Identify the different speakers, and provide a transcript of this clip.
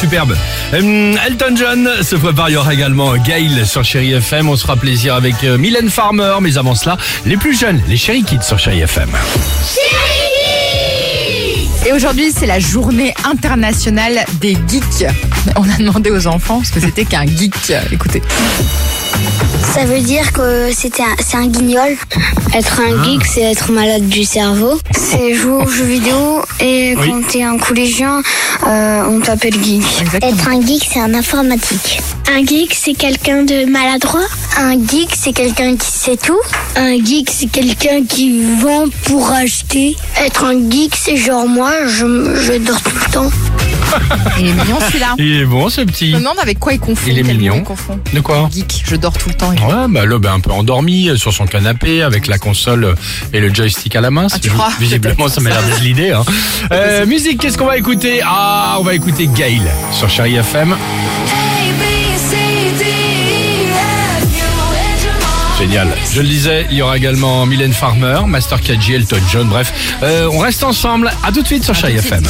Speaker 1: superbe. Hum, Elton John se prépare, il y aura également Gail sur Chéri FM. On se fera plaisir avec euh, Mylène Farmer, mais avant cela, les plus jeunes, les Chéri Kids sur Chéri FM.
Speaker 2: Et aujourd'hui, c'est la journée internationale des geeks. On a demandé aux enfants ce que c'était qu'un geek. Écoutez.
Speaker 3: Ça veut dire que c'était un- c'est un guignol. Être un geek, c'est être malade du cerveau. C'est jouer aux jeux vidéo et
Speaker 1: Oui.
Speaker 3: quand t'es un collégien, euh, on t'appelle geek.
Speaker 2: Exactement.
Speaker 3: Être un geek, c'est un informatique. Un geek, c'est quelqu'un de maladroit. Un geek, c'est quelqu'un qui sait tout. Un geek, c'est quelqu'un qui vend pour acheter. Être un geek, c'est genre moi, je, je dors tout le temps.
Speaker 2: Il est mignon celui-là.
Speaker 1: Il est bon ce petit.
Speaker 2: Je me demande avec quoi il confond.
Speaker 1: Il est
Speaker 2: quel mot
Speaker 1: mignon.
Speaker 2: Il confond.
Speaker 1: De quoi
Speaker 2: Geek, je dors tout le temps.
Speaker 1: Ouais, bah l'homme est un peu endormi euh, sur son canapé avec la console euh, et le joystick à la main.
Speaker 2: Ah, tu crois
Speaker 1: Visiblement, ça m'a l'air d'être l'idée. hein. Euh, musique, qu'est-ce qu'on va écouter Ah, on va écouter Gail sur Chéri FM. Génial. Je le disais, il y aura également Mylène Farmer, Master KG, Elton John, bref. Euh, on reste ensemble. À tout de suite sur Chéri
Speaker 2: tout de suite.
Speaker 1: FM.